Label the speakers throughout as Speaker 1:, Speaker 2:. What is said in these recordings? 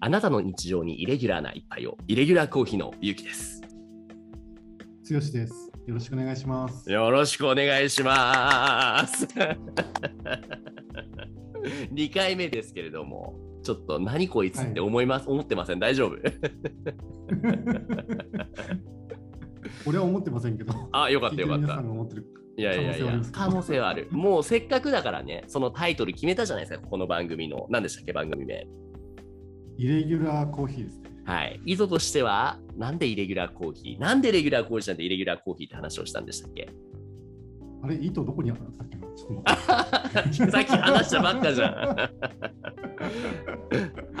Speaker 1: あなたの日常にイレギュラーな一杯をイレギュラーコーヒーのゆうきです
Speaker 2: 剛です。よろしくお願いします。
Speaker 1: よろしくお願いします 2回目ですけれどもちょっと何こいつって思います、思ってません大丈夫
Speaker 2: 俺は思ってませんけど。
Speaker 1: あよかった
Speaker 2: 聞いて
Speaker 1: よ
Speaker 2: る
Speaker 1: かった
Speaker 2: 皆さんが思ってる。
Speaker 1: いやいやいや、可
Speaker 2: 可
Speaker 1: 能
Speaker 2: 能
Speaker 1: 性
Speaker 2: 性
Speaker 1: は
Speaker 2: は
Speaker 1: あ
Speaker 2: あ
Speaker 1: る
Speaker 2: る。
Speaker 1: もうせっかくだからね、そのタイトル決めたじゃないですか、ここの番組の。何でしたっけ、番組名。
Speaker 2: イレギュラーコーヒーですね。
Speaker 1: はい。意図としては、なんでイレギュラーコーヒーなんでレギュラーコーヒーじゃなくてイレギュラーコーヒーって話をしたんでしたっけ
Speaker 2: あれ、糸どこにあったっけなちょっと待 っ
Speaker 1: さっき話したばっかじゃん。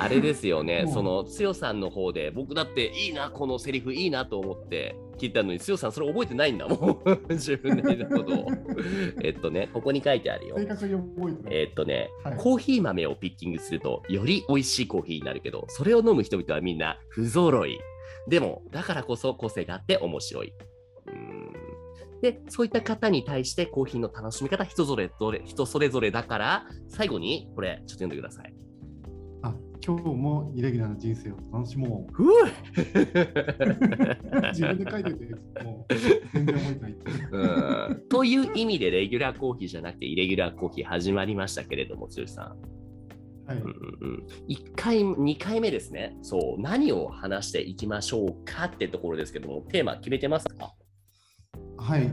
Speaker 1: あれですよね
Speaker 2: う、ん
Speaker 1: その、つよさんの方で、僕だっていいな、このセリフいいなと思って聞いたのに、つよさんそれ覚えてないんだもん。 自分で言ったことを。えっとね、ここに書いてあるよ
Speaker 2: て。。正確に覚えてない。
Speaker 1: えーっとね、
Speaker 2: はい
Speaker 1: コーヒー豆をピッキングするとより美味しいコーヒーになるけどそれを飲む人々はみんな不揃いでもだからこそ個性があって面白いうーんでそういった方に対してコーヒーの楽しみ方人それぞれ人それぞれだから最後にこれちょっと読んでください。
Speaker 2: あ、今日もイレギュラーな人生を楽しも う。
Speaker 1: ふう
Speaker 2: 自分で書いてて、もう全然覚えてない。
Speaker 1: うんという意味でレギュラーコーヒーじゃなくてイレギュラーコーヒー始まりましたけれども剛さん。
Speaker 2: はい。
Speaker 1: うんうんうん、1回2回目ですねそう何を話していきましょうかってところですけどもテーマ決めてますか
Speaker 2: はい。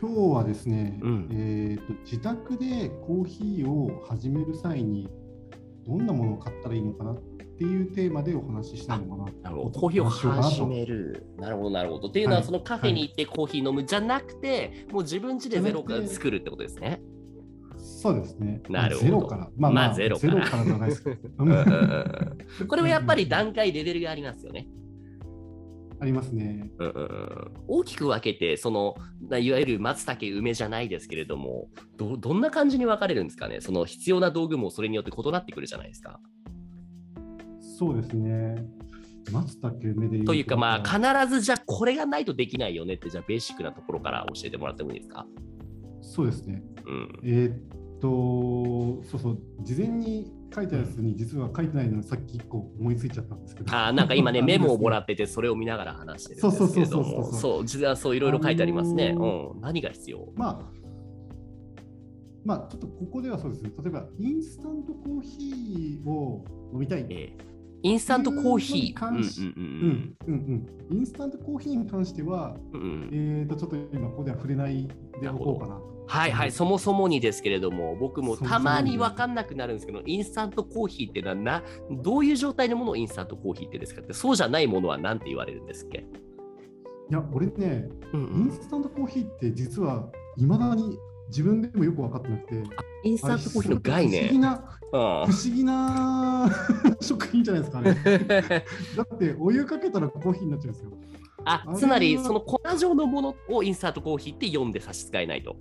Speaker 2: 今日はですね、
Speaker 1: うん
Speaker 2: えっと、自宅でコーヒーを始める際に、どんなものを買ったらいいのかなっていうテーマでお話ししたいのかな
Speaker 1: なるほどコーヒーを始めるなるほどなるほどっていうのは、
Speaker 2: はい
Speaker 1: そのカフェに行ってコーヒー飲むじゃなくてもう自分家でゼロから作るってことですね。
Speaker 2: そうですね。
Speaker 1: なるほど
Speaker 2: ゼロから。まあまあ、
Speaker 1: まあゼ
Speaker 2: ゼ
Speaker 1: ロ
Speaker 2: ロ
Speaker 1: か
Speaker 2: かららじゃないですけ ど。う
Speaker 1: うんうん
Speaker 2: ん
Speaker 1: うんこれはやっぱり段階レベルがありますよね。
Speaker 2: ありますね。
Speaker 1: うんうんうん大きく分けてそのないわゆる松茸梅じゃないですけれどもどどんな感じに分かれるんですかねその必要な道具もそれによって異なってくるじゃないですか。
Speaker 2: そうですね。松茸梅で言
Speaker 1: というかまあ必ずじゃあこれがないとできないよねってじゃあベーシックなところから教えてもらってもいいですか
Speaker 2: そうですね。
Speaker 1: うん
Speaker 2: えーっと、そうそう、事前に書いたやつに実は書いてないのにさっき一個思いついちゃったんですけど。
Speaker 1: あーなんか今ね メモをもら
Speaker 2: っ
Speaker 1: っててそれを見ながら話してるんですけれど
Speaker 2: そうそうそう
Speaker 1: も
Speaker 2: そう
Speaker 1: そう実はそういろいろ書いてありますね
Speaker 2: あの
Speaker 1: うん何が必要
Speaker 2: まあまあ、ちょっとここではそうですね、例えばインスタントコーヒーを飲みたい、
Speaker 1: ええインスタントコーヒー
Speaker 2: う
Speaker 1: うん
Speaker 2: うん
Speaker 1: ん
Speaker 2: うんうん、インスタントコーヒーに関しては、
Speaker 1: うんうんうん
Speaker 2: えー、とちょっと今ここでは触れないでおこうかなと。
Speaker 1: はいはいそもそもにですけれども僕も
Speaker 2: そもそもに
Speaker 1: たまに分かんなくなるんですけどインスタントコーヒーってのはなどういう状態のものをインスタントコーヒーってですかってそうじゃないものは何て言われるんですっけ
Speaker 2: いや、俺ね、
Speaker 1: うん
Speaker 2: イ
Speaker 1: う
Speaker 2: ン
Speaker 1: ん
Speaker 2: スタントコーヒーって実はいまだに自分でもよく分かってなくて、イン
Speaker 1: インスタントコーヒーの概
Speaker 2: 不思議
Speaker 1: 念
Speaker 2: な、
Speaker 1: うん
Speaker 2: 不思議な 食品じゃないです かね。だって、お湯かけたらコーヒーになっちゃうんですよ。
Speaker 1: あ
Speaker 2: あれは
Speaker 1: つまりその粉状のものをインスタントコーヒーって読んで差し支えないと。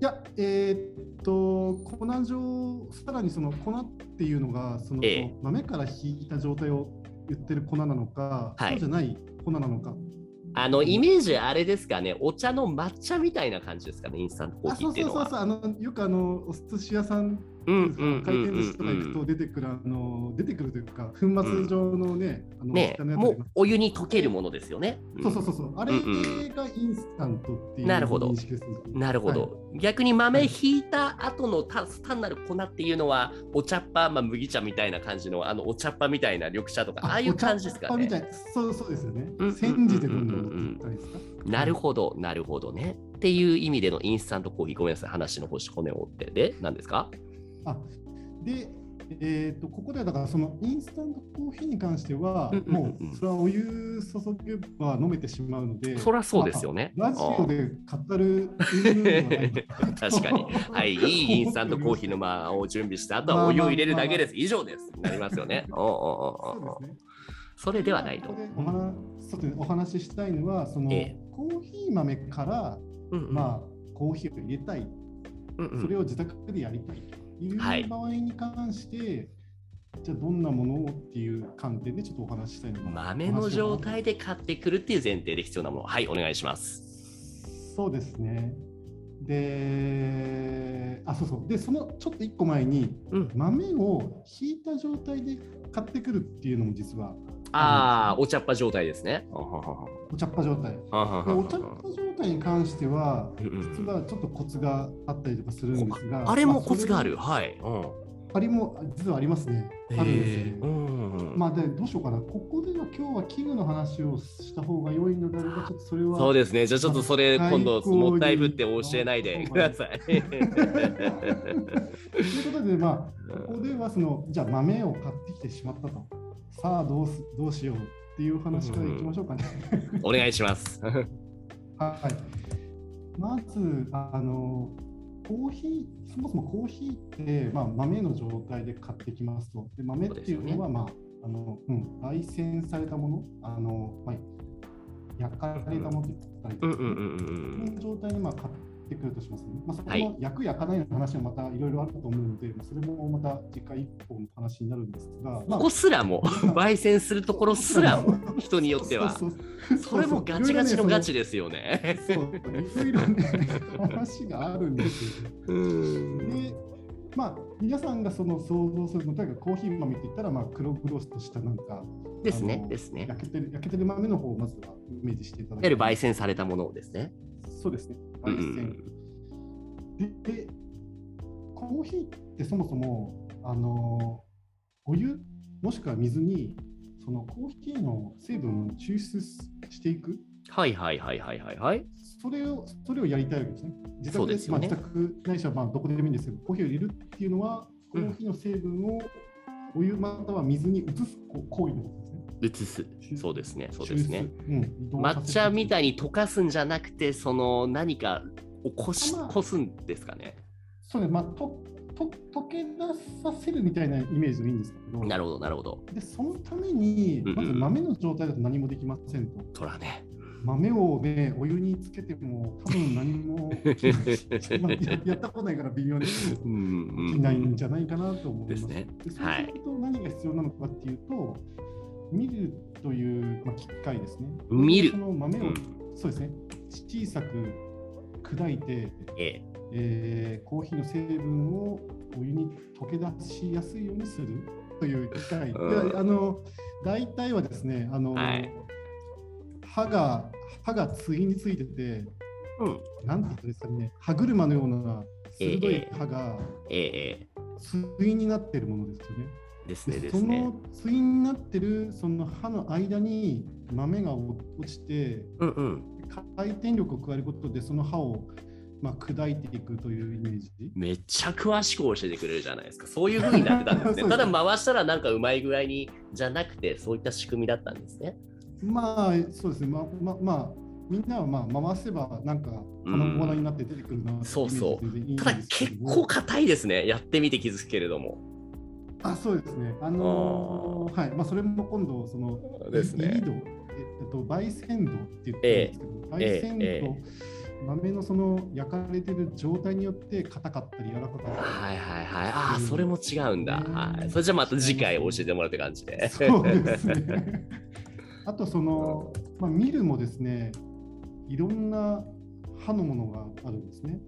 Speaker 2: いや、えーっと、粉状、さらにその粉っていうのが、その
Speaker 1: ええ
Speaker 2: 豆から引いた状態を言ってる粉なのか、
Speaker 1: はい
Speaker 2: そうじゃない粉なのか。
Speaker 1: あのイメージあれですかねお茶の抹茶みたいな感じですかねインスタントコー
Speaker 2: あ、
Speaker 1: ヒー
Speaker 2: そ
Speaker 1: っ
Speaker 2: う
Speaker 1: ていう
Speaker 2: そう
Speaker 1: の
Speaker 2: そうそ
Speaker 1: は。
Speaker 2: う、あのよくあのお寿司屋さん
Speaker 1: うんうんうん
Speaker 2: 回転寿司とか行く
Speaker 1: う
Speaker 2: と
Speaker 1: ん
Speaker 2: 出てくる、あの出てくるというか、粉末状のね、あの
Speaker 1: ね
Speaker 2: 下のやつ
Speaker 1: も
Speaker 2: あ
Speaker 1: う
Speaker 2: ります
Speaker 1: お湯に溶けるものですよね。うん
Speaker 2: そうそうそうそう、あれがインスタントっていう
Speaker 1: なるほど
Speaker 2: 認識ですね。
Speaker 1: なるほど、逆に豆ひいた後のた単なる粉っていうのはお茶っ葉、まあ、麦茶みたいな感じのあのお茶っ葉みたいな緑茶とかああいう感じですか
Speaker 2: お茶っ葉みた
Speaker 1: ね。
Speaker 2: いなそうそうですよね
Speaker 1: うん。
Speaker 2: 煎じて飲むのって言ったりですか。
Speaker 1: なるほどなるほどね。っていう意味でのインスタントコーヒーごめんなさい話の骨を折ってで何ですか
Speaker 2: あで、えー、とここではだからそのインスタントコーヒーに関しては、
Speaker 1: うんうんうん
Speaker 2: もうそれはお湯注げば飲めてしまうので、
Speaker 1: そりゃそうですよね。
Speaker 2: ラジオで語る云々ではないかなと
Speaker 1: 確かに。はい、いいインスタントコーヒーの間を準備して、あとはお湯を入れるだけです。以上です。なりますよ ね。おうおうお
Speaker 2: そう
Speaker 1: うおう
Speaker 2: ですね。
Speaker 1: それではないと
Speaker 2: こ。こでお話そうですねお話ししたいのは、その、
Speaker 1: ええ
Speaker 2: コーヒー豆から、
Speaker 1: うんうん
Speaker 2: まあ、コーヒーを入れたい、
Speaker 1: うんうん
Speaker 2: それを自宅でやりたいとい
Speaker 1: はいう
Speaker 2: 場合に関して、じゃあどんなものをっていう観点でちょっとお話ししたいのが
Speaker 1: 豆の状態で買ってくるっていう前提で必要なもの。はい、お願いします。
Speaker 2: そうですね。で、あ、そうそう。で、そのちょっと一個前に、
Speaker 1: うん。
Speaker 2: 豆をひいた状態で買ってくるっていうのも実は
Speaker 1: ああ、お茶っ葉状態ですね。はは
Speaker 2: お茶っ葉状態。で
Speaker 1: はは
Speaker 2: お茶っ葉状態に関しては、
Speaker 1: うんうん
Speaker 2: 実はちょっとコツがあったりとかするんですが、
Speaker 1: あれも
Speaker 2: ま
Speaker 1: コツがある。
Speaker 2: そ
Speaker 1: はい。うん。
Speaker 2: れあれも実はありますね。あるんですよね
Speaker 1: へーうん
Speaker 2: まあでどうしようかな、ここでは今日は器具の話をした方が良いのであれば、ちょっとそれは。
Speaker 1: そうですね。じゃあちょっとそれ
Speaker 2: まあ
Speaker 1: 今度
Speaker 2: 最高に
Speaker 1: もったいぶって教えないでください。
Speaker 2: ということで、まあ、ここではその、じゃあ豆を買ってきてしまったと、さあどうすどうしようっていうお話からいきましょうかね。
Speaker 1: お願いします。
Speaker 2: はい、まずあのコーヒーそもそもコーヒーって、まあ、豆の状態で買ってきますとで豆っていうのは、まああのうん、焙煎されたものあの、まあ、焼かれたものって言ったらいい
Speaker 1: うん
Speaker 2: で
Speaker 1: うん
Speaker 2: すか
Speaker 1: う
Speaker 2: ね
Speaker 1: ん
Speaker 2: その状態にまあ買ってくるとしますね。まあ、そこ
Speaker 1: はい
Speaker 2: の焼く、焼かないの話はまたいろいろあると思うので、まあそれもまた次回以降の話になるんですが、
Speaker 1: うん。
Speaker 2: まあ
Speaker 1: ここすらも焙煎するところすらも人によっては
Speaker 2: そうそう
Speaker 1: それもガチガチのガチですよね。
Speaker 2: そういろいろね、話があるんですよ。
Speaker 1: うん
Speaker 2: で、まあ、皆さんがその想像するの、例えばコーヒー豆って言ったら、まあ、黒々としたなんか、
Speaker 1: です
Speaker 2: あ
Speaker 1: ね
Speaker 2: の
Speaker 1: ですね。いわ
Speaker 2: 焼けてる焼けてる豆の方をまずはイメージしていただき
Speaker 1: ゆる焙煎されたものですね。
Speaker 2: そうですね、
Speaker 1: うん
Speaker 2: 焙煎。でで、コーヒーってそもそも、あのお湯もしくは水に、そのコーヒーの成分を抽出していく
Speaker 1: はいはいはいはいはいはい。
Speaker 2: それを、それをやりたいわけですね。自
Speaker 1: そ
Speaker 2: 宅
Speaker 1: う
Speaker 2: で
Speaker 1: ですよね
Speaker 2: まあ、自宅ないしはまあどこでもいいんですけど、コーヒーを入れるっていうのは、コ
Speaker 1: うん
Speaker 2: ーヒーの成分をお湯または水に移すこ行為のことですね。
Speaker 1: 移す。そうですね。そうですね。
Speaker 2: 抽出。うん、移動さ
Speaker 1: 抹
Speaker 2: せて
Speaker 1: 茶みたいに溶かすんじゃなくて、その何かをこし、
Speaker 2: まあ
Speaker 1: こすんですかね。
Speaker 2: そうですね、まあとと溶け出させるみたいなイメージでいいんですけど、
Speaker 1: なるほど、なるほど。
Speaker 2: でそのために、
Speaker 1: うんうん
Speaker 2: まず豆の状態だと何もできませんと。
Speaker 1: とらね。
Speaker 2: 豆をね、お湯につけても、多分何も まあや やったことないから微妙ですけど。
Speaker 1: うん
Speaker 2: できないんじゃないかなと思いま
Speaker 1: です
Speaker 2: す。
Speaker 1: ね
Speaker 2: でそう
Speaker 1: はい
Speaker 2: すると何が必要なのかっていうと、見るという、まあ、機械ですね。
Speaker 1: 見る
Speaker 2: その豆を、
Speaker 1: うん
Speaker 2: そうですね、小さく砕いて、
Speaker 1: ええ
Speaker 2: えーコーヒーの成分をお湯に溶け出しやすいようにするという機械。
Speaker 1: うん
Speaker 2: であの大体はですね、あの、
Speaker 1: はい
Speaker 2: 歯が歯が次についてて、
Speaker 1: うん
Speaker 2: なんて言ったらいいですかね、歯車のような鋭い歯が、
Speaker 1: えええ
Speaker 2: 対になってるものですよね。
Speaker 1: えです
Speaker 2: で
Speaker 1: ねで
Speaker 2: そ
Speaker 1: すね
Speaker 2: の。対になってるその歯の間に豆が落ちて
Speaker 1: うんうん。
Speaker 2: 回転力を加えることでその歯をまあ砕いていくというイメージ。
Speaker 1: めっちゃ詳しく教えてくれるじゃないですか。そういう風になってたん です
Speaker 2: そう
Speaker 1: ね。
Speaker 2: で
Speaker 1: た
Speaker 2: す
Speaker 1: だ回したらなんかうまい具合にじゃなくて、そういった仕組みだったんですね。
Speaker 2: まあそうですね。まあまあまあみんなはまあ回せばなんか
Speaker 1: う
Speaker 2: 鼻
Speaker 1: ん
Speaker 2: 粉々になって出てくるなっていイメージで
Speaker 1: そうそう
Speaker 2: 全然いいん
Speaker 1: ただ
Speaker 2: ですけ
Speaker 1: 結
Speaker 2: ど
Speaker 1: 構硬いですね。やってみて気づくけれども。
Speaker 2: あそうですね。あのーはいまあそれも今度その
Speaker 1: です
Speaker 2: リー
Speaker 1: ね。
Speaker 2: ド、えっと、焙煎度って言ってるんですけど、焙煎度、
Speaker 1: ええ
Speaker 2: 豆のその焼かれてる状態によって硬かったり柔らかかったり。
Speaker 1: はいはいはい。ああ、それも違うんだ。はい。それじゃあまた次回教えてもらうって感じで。
Speaker 2: そう ですね。あとその、まあ、ミルもですね、いろんな刃のものがあるんですね。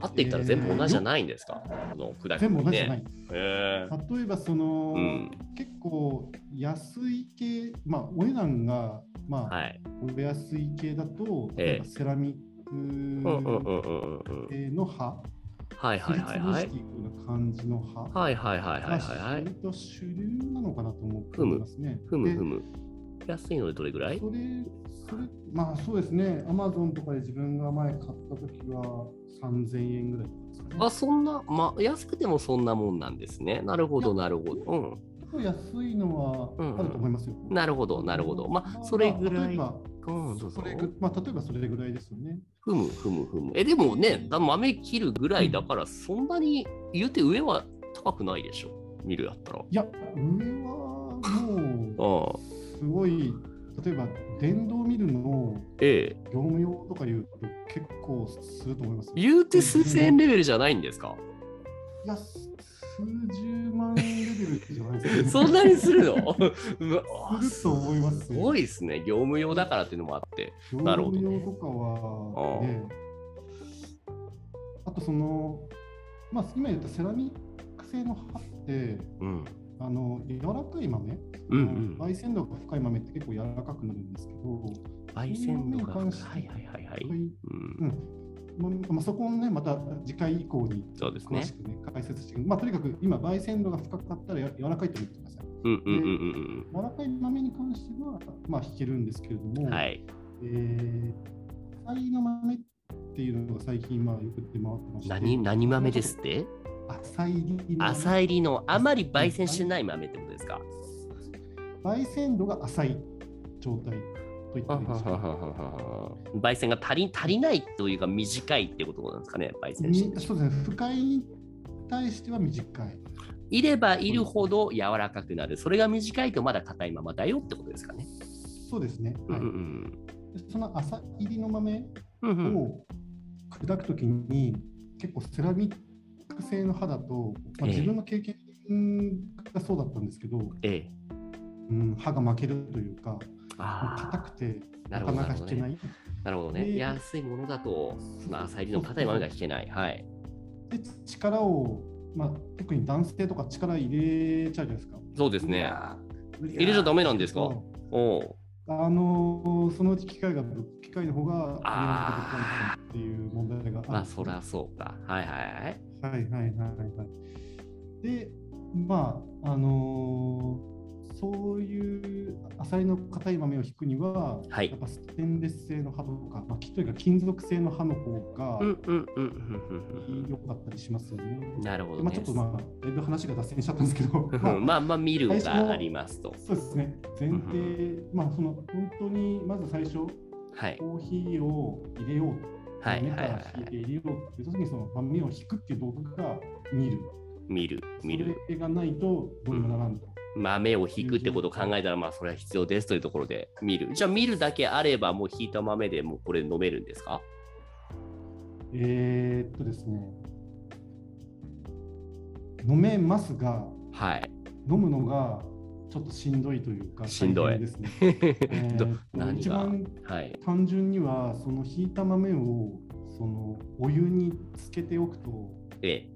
Speaker 1: あって言ったら全部同じじゃないんですか。あの砕く
Speaker 2: 全部同じじゃない。
Speaker 1: へえ
Speaker 2: 例えばその、
Speaker 1: うん。
Speaker 2: 結構安い系、まあお値段がまあ、
Speaker 1: はい。
Speaker 2: お安い系だと、
Speaker 1: ええ
Speaker 2: 例えばセラミッ
Speaker 1: うんうんうん
Speaker 2: ク
Speaker 1: うんうんうん。
Speaker 2: 系の刃。
Speaker 1: はいはいはいは
Speaker 2: 振
Speaker 1: い
Speaker 2: り。つぶしていくような感じの葉。
Speaker 1: はいはいはいはいはいは
Speaker 2: まあ
Speaker 1: い。
Speaker 2: 割と主流なのかなと思って
Speaker 1: ふむ
Speaker 2: いますね。
Speaker 1: ふむ
Speaker 2: で
Speaker 1: ふむ。安いのでどれぐらい
Speaker 2: それ、それ、まあそうですね、アマゾンとかで自分が前買ったときは3000円ぐらいですかね。
Speaker 1: あ、そんな、まあ、安くてもそんなもんなんですね。なるほど、なるほど。
Speaker 2: 結構安いのはあると思いますよ。
Speaker 1: うん。なるほど、なるほど。まあ、それぐらい。
Speaker 2: ま
Speaker 1: うん、ど
Speaker 2: あ
Speaker 1: うぞ
Speaker 2: それぐまあ、例えばそれぐらいですよね。
Speaker 1: ふむふむふむ。え、でもね、だ豆切るぐらいだから、そんなに言うて上は高くないでしょ。見るやったら。
Speaker 2: いや、上はも
Speaker 1: ああ
Speaker 2: う、、すごい、例えば電動ミルの
Speaker 1: ええ。
Speaker 2: 業務用とかいうと結構すると思いますよ。
Speaker 1: 言うて数千円レベルじゃないんですか。
Speaker 2: いや、数十万レベルじゃないですか。
Speaker 1: そんなにする のうわ
Speaker 2: すると思います
Speaker 1: す
Speaker 2: ね
Speaker 1: ごいですね。業務用だからっていうのもあって。
Speaker 2: 業
Speaker 1: なるほど
Speaker 2: 務用とかは、ね、あとその、まあ、今言ったセラミック製の刃って
Speaker 1: うん。
Speaker 2: あの柔らかい豆、
Speaker 1: うんうん
Speaker 2: 焙煎度が深い豆って結構柔らかくなるんですけど、
Speaker 1: 焙煎度が
Speaker 2: うん
Speaker 1: 深い。はいはいはいは
Speaker 2: そう
Speaker 1: い。
Speaker 2: いう
Speaker 1: うん
Speaker 2: うんまあまあ、そこをねまた次回以降に
Speaker 1: そうです
Speaker 2: 詳
Speaker 1: ね
Speaker 2: し。く、ね解説していく、まあ、とにかく今焙煎度が深かったらや柔らかいと思ってください
Speaker 1: うんうんうんうん
Speaker 2: 柔らかい豆に関しては、まあ、引けるんですけれど
Speaker 1: うん。
Speaker 2: も、
Speaker 1: はい。
Speaker 2: えー、野菜の豆っていうのが最近、まあ、よく出回ってまして、
Speaker 1: 何何豆ですって？
Speaker 2: 浅入りの
Speaker 1: 浅入りのあまり焙煎してない豆ってことですか？
Speaker 2: 焙煎度が浅い状態と言って
Speaker 1: はん
Speaker 2: もいいで
Speaker 1: はん
Speaker 2: すか
Speaker 1: はんはんはんはん 焙煎が足り足りないというか短いってことなんですかね、焙煎して
Speaker 2: にそうですね、深いに対しては短い。
Speaker 1: いればいるほど柔らかくなる。それが短いとまだ硬いままだよってことですかね。
Speaker 2: そうですね。
Speaker 1: うん
Speaker 2: はいでその浅入りの豆
Speaker 1: うんうんうんうん
Speaker 2: を砕くときに、結構セラミック製の肌と、ま
Speaker 1: ええ
Speaker 2: あ、自分の経験がそうだったんですけど、
Speaker 1: ええ。
Speaker 2: うん、歯が負けるというか、
Speaker 1: あ
Speaker 2: 硬くて
Speaker 1: あ、な
Speaker 2: な
Speaker 1: る
Speaker 2: か
Speaker 1: ほど
Speaker 2: な
Speaker 1: な
Speaker 2: か
Speaker 1: るほど
Speaker 2: 引け
Speaker 1: ね
Speaker 2: な。い。
Speaker 1: なるほどね。
Speaker 2: で
Speaker 1: 安いものだと、その浅入りの硬い豆が引けない。はい。
Speaker 2: で力を、まあ、特に男性とか力入れちゃうじゃないですか。
Speaker 1: そうです
Speaker 2: い
Speaker 1: ね。
Speaker 2: やー
Speaker 1: 入れちゃダメなんですかおう
Speaker 2: あのーそのうち機械が機械の方が
Speaker 1: あ
Speaker 2: っていう問題がある
Speaker 1: まあ、そりゃそうか。はいはいはい。
Speaker 2: はいはいはいはい。でまああのーそういうアサリの硬い豆を引くには、
Speaker 1: はい
Speaker 2: やっぱステンレス製の刃とか、まあ、きっというか金属製の刃の方が
Speaker 1: うんうんうんうん
Speaker 2: 良かったりしますよね。
Speaker 1: うん。なるほど
Speaker 2: まあ、
Speaker 1: ね
Speaker 2: ちょっ。とまあだいぶ話が脱線しちゃったんですけど、まあ
Speaker 1: うんまあまあ見るがありますと。
Speaker 2: そうですね前提、まあその本当にまず最初
Speaker 1: はい
Speaker 2: コーヒーを入れようと
Speaker 1: はい
Speaker 2: 豆
Speaker 1: はいはい
Speaker 2: から
Speaker 1: は
Speaker 2: 引い
Speaker 1: い。
Speaker 2: て入れようっていう時にその豆を引くっていう道具が見る
Speaker 1: 見る見る。
Speaker 2: それがないとどうにもならんと、
Speaker 1: 豆を引くってことを考えたら、まあそれは必要ですというところで見る。じゃあ見るだけあれば、もう引いた豆でもうこれ飲めるんですか
Speaker 2: えー、っとですね飲めますが
Speaker 1: はい。
Speaker 2: 飲むのがちょっとしんどいというか
Speaker 1: しんどい
Speaker 2: 大変です ね、え
Speaker 1: ど
Speaker 2: ーっと
Speaker 1: 何
Speaker 2: 一
Speaker 1: が
Speaker 2: 番
Speaker 1: はい。
Speaker 2: 単純にはそのひいた豆をそのお湯につけておくと
Speaker 1: ええ。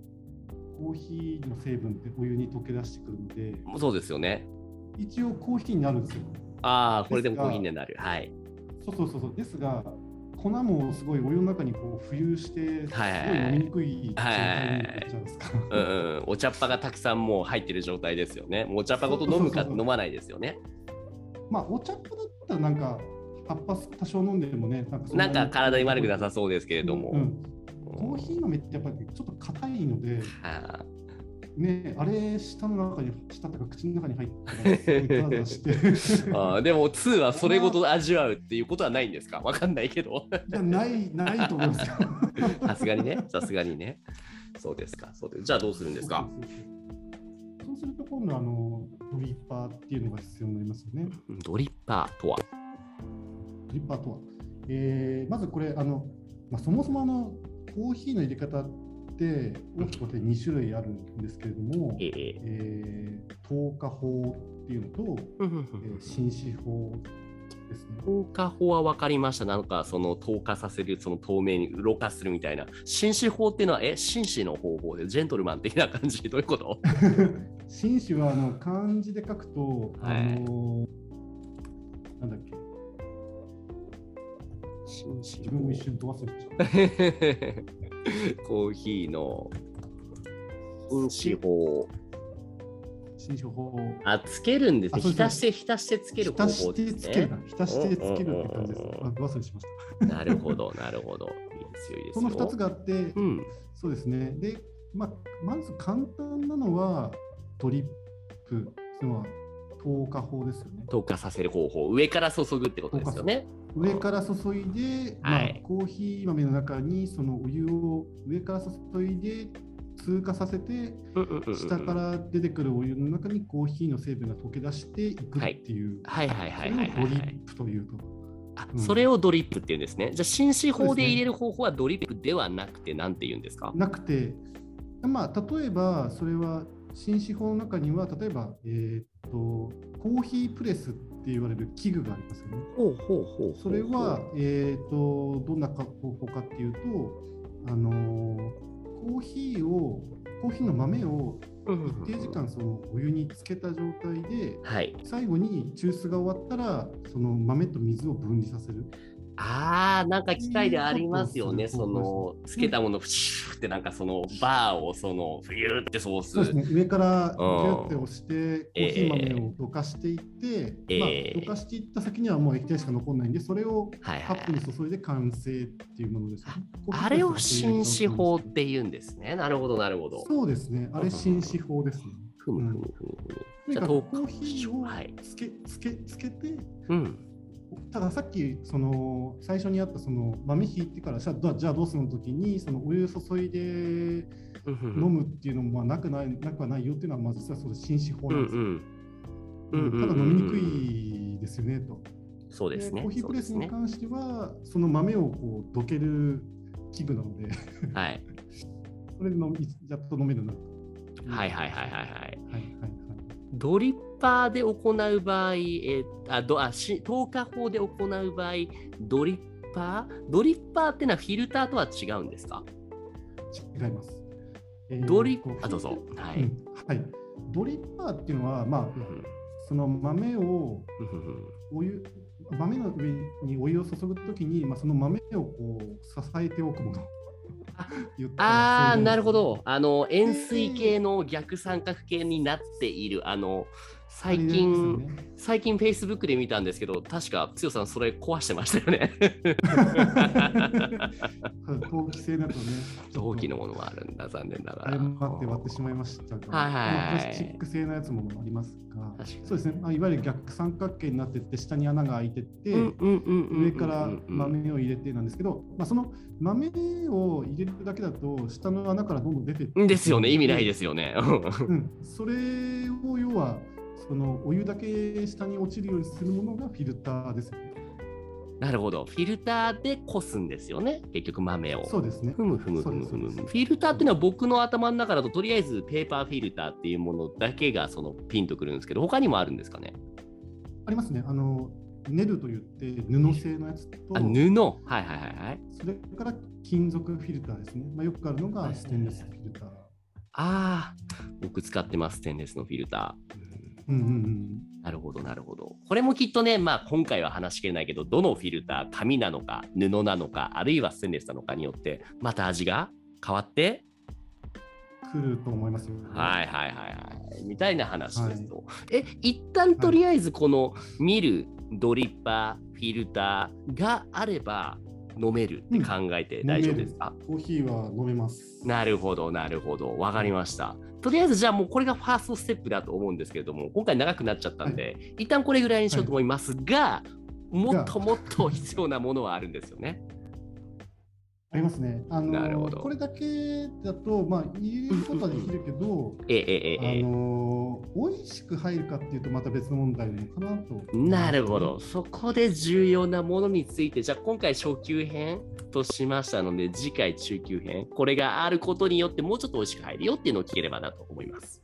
Speaker 2: コーヒーの成分ってお湯に溶け出してくるので
Speaker 1: そうですよね。
Speaker 2: 一応コーヒーになるんですよ
Speaker 1: ああ、これでもコーヒーになる。はい。
Speaker 2: そうそうそうそうですが粉もすごいお湯の中にこう浮遊してすご
Speaker 1: はいはい
Speaker 2: い飲みにくい状態になるじゃないですか、
Speaker 1: うんうん、お茶っ葉がたくさんもう入ってる状態ですよね。もうお茶っ葉ごと飲むか飲まないですよね。
Speaker 2: まあお茶っ葉だったらなんか葉っぱ多少飲んでもねなんかそ
Speaker 1: なんか体に悪くなさ
Speaker 2: す
Speaker 1: そうですけれども。
Speaker 2: うん、コーヒー豆ってやっぱりちょっと硬いので
Speaker 1: はあ
Speaker 2: ねあれ舌の中に舌とか口の中に入ってたらすごいガラガラし て
Speaker 1: あーでも2はそれごと味わうっていうことはないんですかわかんないけど
Speaker 2: いやないないと思いますよ
Speaker 1: さすがにねさすがにねそうですかそうですじゃあどうするんですか
Speaker 2: そうそうそうそうすると今度あのドリッパーっていうのが必要になりますよね。
Speaker 1: ドリッパーとは
Speaker 2: ドリッパーとは。えーまずこれあの、まあ、そもそもあのコーヒーの入れ方って大きく分けて2種類あるんですけれども、
Speaker 1: え
Speaker 2: え
Speaker 1: え
Speaker 2: ー、糖化法っていうのと、えー、紳士法ですね。
Speaker 1: 透過法は分かりましたなんかその透過させるその透明にろ過するみたいな紳士法っていうのはえ紳士の方法でジェントルマン的な感じどういうこと
Speaker 2: 紳士はあの漢字で書くと、
Speaker 1: はい
Speaker 2: あのなんだっけ
Speaker 1: 紳士
Speaker 2: 自分も一瞬飛ばせる
Speaker 1: コーヒーの紳士法
Speaker 2: 紳士法。
Speaker 1: あ、つけるんですね。
Speaker 2: あそうです
Speaker 1: 浸して、浸してつける方
Speaker 2: 浸
Speaker 1: 法
Speaker 2: し
Speaker 1: で
Speaker 2: て
Speaker 1: す
Speaker 2: つける
Speaker 1: ね
Speaker 2: な。。浸してつけるって感じです
Speaker 1: うんうん。うん
Speaker 2: あ忘れしました。
Speaker 1: なるほど、なるほど。いいですよ、いいです
Speaker 2: そ
Speaker 1: よ。
Speaker 2: の2つがあって、
Speaker 1: うん。
Speaker 2: そうですね。で、まあ、まず簡単なのはドリップ、その透過法ですよね。
Speaker 1: 透過させる方法。上から注ぐってことですよね。
Speaker 2: 上から注いで、
Speaker 1: はい
Speaker 2: まあ、コーヒー豆の中にそのお湯を上から注いで通過させて、
Speaker 1: うんうんうんうん
Speaker 2: 下か。ら出てくるお湯の中にコーヒーの成分が溶け出していくっていう、
Speaker 1: はいはいはい
Speaker 2: そ
Speaker 1: はい
Speaker 2: れを
Speaker 1: はい
Speaker 2: ドリ
Speaker 1: はい。
Speaker 2: ップというと。
Speaker 1: あ
Speaker 2: う、ん
Speaker 1: それをドリップって言うんですね。じゃあ、紳士法
Speaker 2: そう
Speaker 1: で
Speaker 2: ですね
Speaker 1: 入れる方法はドリップではなくて、なんて言うんですか
Speaker 2: なくて、まあ、例えばそれは紳士法の中には例えば、えーっとコーヒープレスって言われる器具がありますよね。
Speaker 1: ほうほうほうほう
Speaker 2: それは、えーっとどんな方法かっていうと、あのコーヒーをコーヒーの豆を
Speaker 1: うん
Speaker 2: 一定時間そのお湯につけた状態で
Speaker 1: はい。
Speaker 2: 最後に抽出が終わったらその豆と水を分離させる
Speaker 1: ああ、なんか機械でありますよね。
Speaker 2: うん
Speaker 1: その、つけたもの、ふしゅーって、なんかその、バーを、その、ふゆーってソース。
Speaker 2: そうですね上からギ
Speaker 1: うん
Speaker 2: ュッて押してコーヒー豆をどかしていって、
Speaker 1: え
Speaker 2: ま
Speaker 1: え
Speaker 2: あ、どかしていった先にはもう液体しか残らないんでそれを
Speaker 1: はい
Speaker 2: カ
Speaker 1: は
Speaker 2: ップ
Speaker 1: い
Speaker 2: に。注いで完成っていうものですよね、コーヒー
Speaker 1: あれを
Speaker 2: としてはそうい
Speaker 1: 紳
Speaker 2: う
Speaker 1: 士法っ
Speaker 2: 感じ
Speaker 1: て言うんですね。なるほど、なるほど。
Speaker 2: そうですねあれ紳士法ですね
Speaker 1: ふむふむふむふむ。
Speaker 2: とに
Speaker 1: じゃ
Speaker 2: か
Speaker 1: あ、
Speaker 2: く
Speaker 1: ト
Speaker 2: コーヒ
Speaker 1: ー
Speaker 2: ー
Speaker 1: ク。
Speaker 2: を
Speaker 1: はい。
Speaker 2: つけつけつけて
Speaker 1: うん。
Speaker 2: たださっきその最初にあったその豆引いてからじゃあじゃあどうするの時にそのお湯注いで
Speaker 1: うんうん
Speaker 2: 飲むっていうのもまあなくないなくはないよっていうのはまあ実はそれ紳士法
Speaker 1: う
Speaker 2: なん
Speaker 1: ん
Speaker 2: です
Speaker 1: う
Speaker 2: よ、
Speaker 1: ん。う
Speaker 2: うん
Speaker 1: うんうんうん
Speaker 2: ただ飲みにくいですよねと。
Speaker 1: そうですね。
Speaker 2: コーヒー
Speaker 1: そう
Speaker 2: プレ
Speaker 1: で
Speaker 2: ス
Speaker 1: す
Speaker 2: に
Speaker 1: ね。
Speaker 2: 関してはその豆をこうどける器具なので
Speaker 1: はい。
Speaker 2: それで飲みやっと飲めるなと。
Speaker 1: はいはいはいはいはい。
Speaker 2: はいはいはい
Speaker 1: ドリッパーで行う場合、えーあどあし透過法で行う場合、ドリッパードリッパーってのはフィルターとは違うんですか
Speaker 2: 違います。えー
Speaker 1: ドリッ
Speaker 2: こ
Speaker 1: あどうぞは
Speaker 2: う
Speaker 1: い。
Speaker 2: んはい。ドリッパーっていうのは
Speaker 1: う
Speaker 2: ま
Speaker 1: ん
Speaker 2: あその豆を
Speaker 1: うんうんうん
Speaker 2: お湯豆の上にお湯を注ぐときに、まあ、その豆をこう支えておくもの。 言ったら
Speaker 1: あ
Speaker 2: そう
Speaker 1: ー
Speaker 2: う
Speaker 1: なるほどあの円錐形の逆三角形になっているあの最
Speaker 2: 感じですよ
Speaker 1: 近、
Speaker 2: ね。
Speaker 1: 最近 Facebook で見たんですけど確か剛さんそれ壊してましたよね
Speaker 2: はい陶器製だとね。
Speaker 1: 陶器の
Speaker 2: ちょ
Speaker 1: も
Speaker 2: っ
Speaker 1: のもあるんだ残念な
Speaker 2: と
Speaker 1: がら
Speaker 2: 誤って割ってしまいましたが、
Speaker 1: はいはいはい
Speaker 2: あのプラスチック製のやつもありますが
Speaker 1: 確かに、
Speaker 2: そうですね、まあ、いわゆる逆三角形になってて、下に穴が開いてて、
Speaker 1: うんうんうんうんうんうん
Speaker 2: 上から豆を入れてなんですけど、まあ、その豆を入れるだけだと、下の穴からどんどん出てって
Speaker 1: ですよね意味ないですよね
Speaker 2: うん、それを要はそのお湯だけ下に落ちるようにするものがフィルターですよね。
Speaker 1: なるほど。フィルターでこすんですよね。結局豆を。
Speaker 2: そうですね。
Speaker 1: ふむふむふむふ
Speaker 2: そう
Speaker 1: む。
Speaker 2: です
Speaker 1: フ
Speaker 2: そうです
Speaker 1: ィルターっていうのは僕の頭の中だととりあえずペーパーフィルターっていうものだけがそのピンとくるんですけど、他にもあるんですかね。
Speaker 2: ありますね。あのネルと言って布製のやつと、
Speaker 1: あ、布。はいはいはいはい。
Speaker 2: それから金属フィルターですね。まあ、よくあるの
Speaker 1: はい
Speaker 2: がステンレスフィルター。
Speaker 1: ああ、僕使ってます。ステンレスのフィルター。うん
Speaker 2: うんうんうん。
Speaker 1: なるほどなるほど。これもきっとね、まあ今回は話しきれないけど、どのフィルター、紙なのか、布なのか、あるいはステンレスなのかによって、また味が変わって
Speaker 2: 来ると思いますよ。
Speaker 1: はいはいはいはい。みたいな話ですと。え、一旦とりあえずこの見る、ドリッパー、フィルターがあれば飲めるって考えて大丈夫ですか、
Speaker 2: コーヒーは飲めます。
Speaker 1: なるほどなるほど。わかりました。とりあえずじゃあもうこれがファーストステップだと思うんですけれども、今回長くなっちゃったんで、一旦これぐらいにしようと思いますが、もっともっと必要なものは あるんですよね。
Speaker 2: ありますね。あの
Speaker 1: なるほど
Speaker 2: これだけだと、まあ、入れることはできるけど、
Speaker 1: ええ
Speaker 2: あ
Speaker 1: ええええ。
Speaker 2: の美味しく入るかっていうとまた別の問題なのかなと。
Speaker 1: なるほど。。そこで重要なものについて、じゃあ今回初級編としましたので、次回中級編、これがあることによってもうちょっと美味しく入るよっていうのを聞ければなと思います。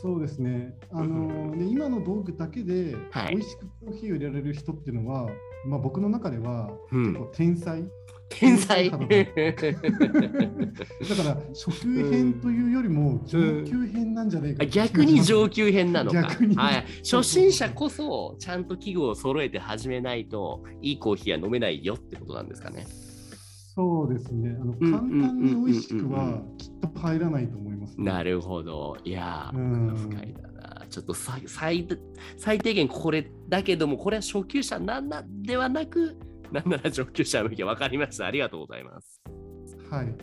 Speaker 2: そうですね。あので今の道具だけで
Speaker 1: はい
Speaker 2: 美味しくコーヒーを入れられる人っていうのは、まあ僕の中では
Speaker 1: うん
Speaker 2: 結構天才。
Speaker 1: 天才
Speaker 2: だから初級編というよりも上級編なんじゃないか
Speaker 1: あ
Speaker 2: な。
Speaker 1: 逆に上級編なのか。
Speaker 2: 逆に
Speaker 1: はい。初心者こそ、ちゃんと器具を揃えて始めないと、いいコーヒーは飲めないよってことなんですかね。
Speaker 2: そうですね。あの
Speaker 1: ん
Speaker 2: 簡単に美味しく
Speaker 1: うんうんう
Speaker 2: はきっと入らないと思います、
Speaker 1: な
Speaker 2: る。
Speaker 1: るほど。いやー、
Speaker 2: うん
Speaker 1: 奥が深いだな。ちょっと最最最低限これだけども、これは初級者なんなではなく、なんなら上級者の向け分かりました。ありがとうございます。
Speaker 2: はい。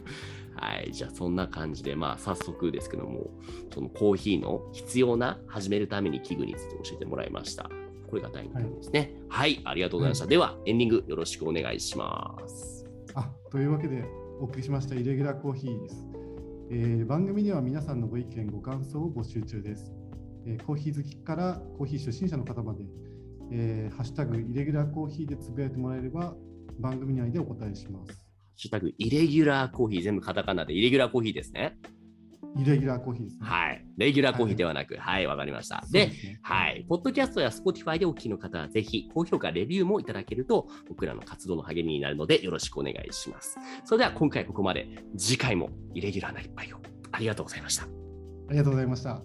Speaker 1: はい、じゃあそんな感じで、まあ早速ですけども、そのコーヒーの必要な始めるために器具について教えてもらいました。これが第2回目ですね。はい、ありがとうございました。では、エンディングよろしくお願いします。
Speaker 2: あというわけでお送りしましたイレギュラーコーヒーです、えー番組では皆さんのご意見ご感想を募集中です、えーコーヒー好きからコーヒー初心者の方まで、えーハッシュタグイレギュラーコーヒーでつぶやいてもらえれば番組内でお答えしま
Speaker 1: ハ
Speaker 2: す
Speaker 1: ッシュタグ、イレギュラーコーヒー、全部カタカナでイレギュラーコーヒーですね。
Speaker 2: イレギュラーコーヒーですね
Speaker 1: はい。レギュラーコーヒーではなく、はい、わ、かりました。
Speaker 2: そう
Speaker 1: で、
Speaker 2: すね
Speaker 1: はい、ポッドキャストや Spotify でお聞きの方は、ぜひ高評価、レビューもいただけると、僕らの活動の励みになるので、よろしくお願いします。それでは今回ここまで、次回もイレギュラーな一杯を。ありがとうございました。
Speaker 2: ありがとうございました。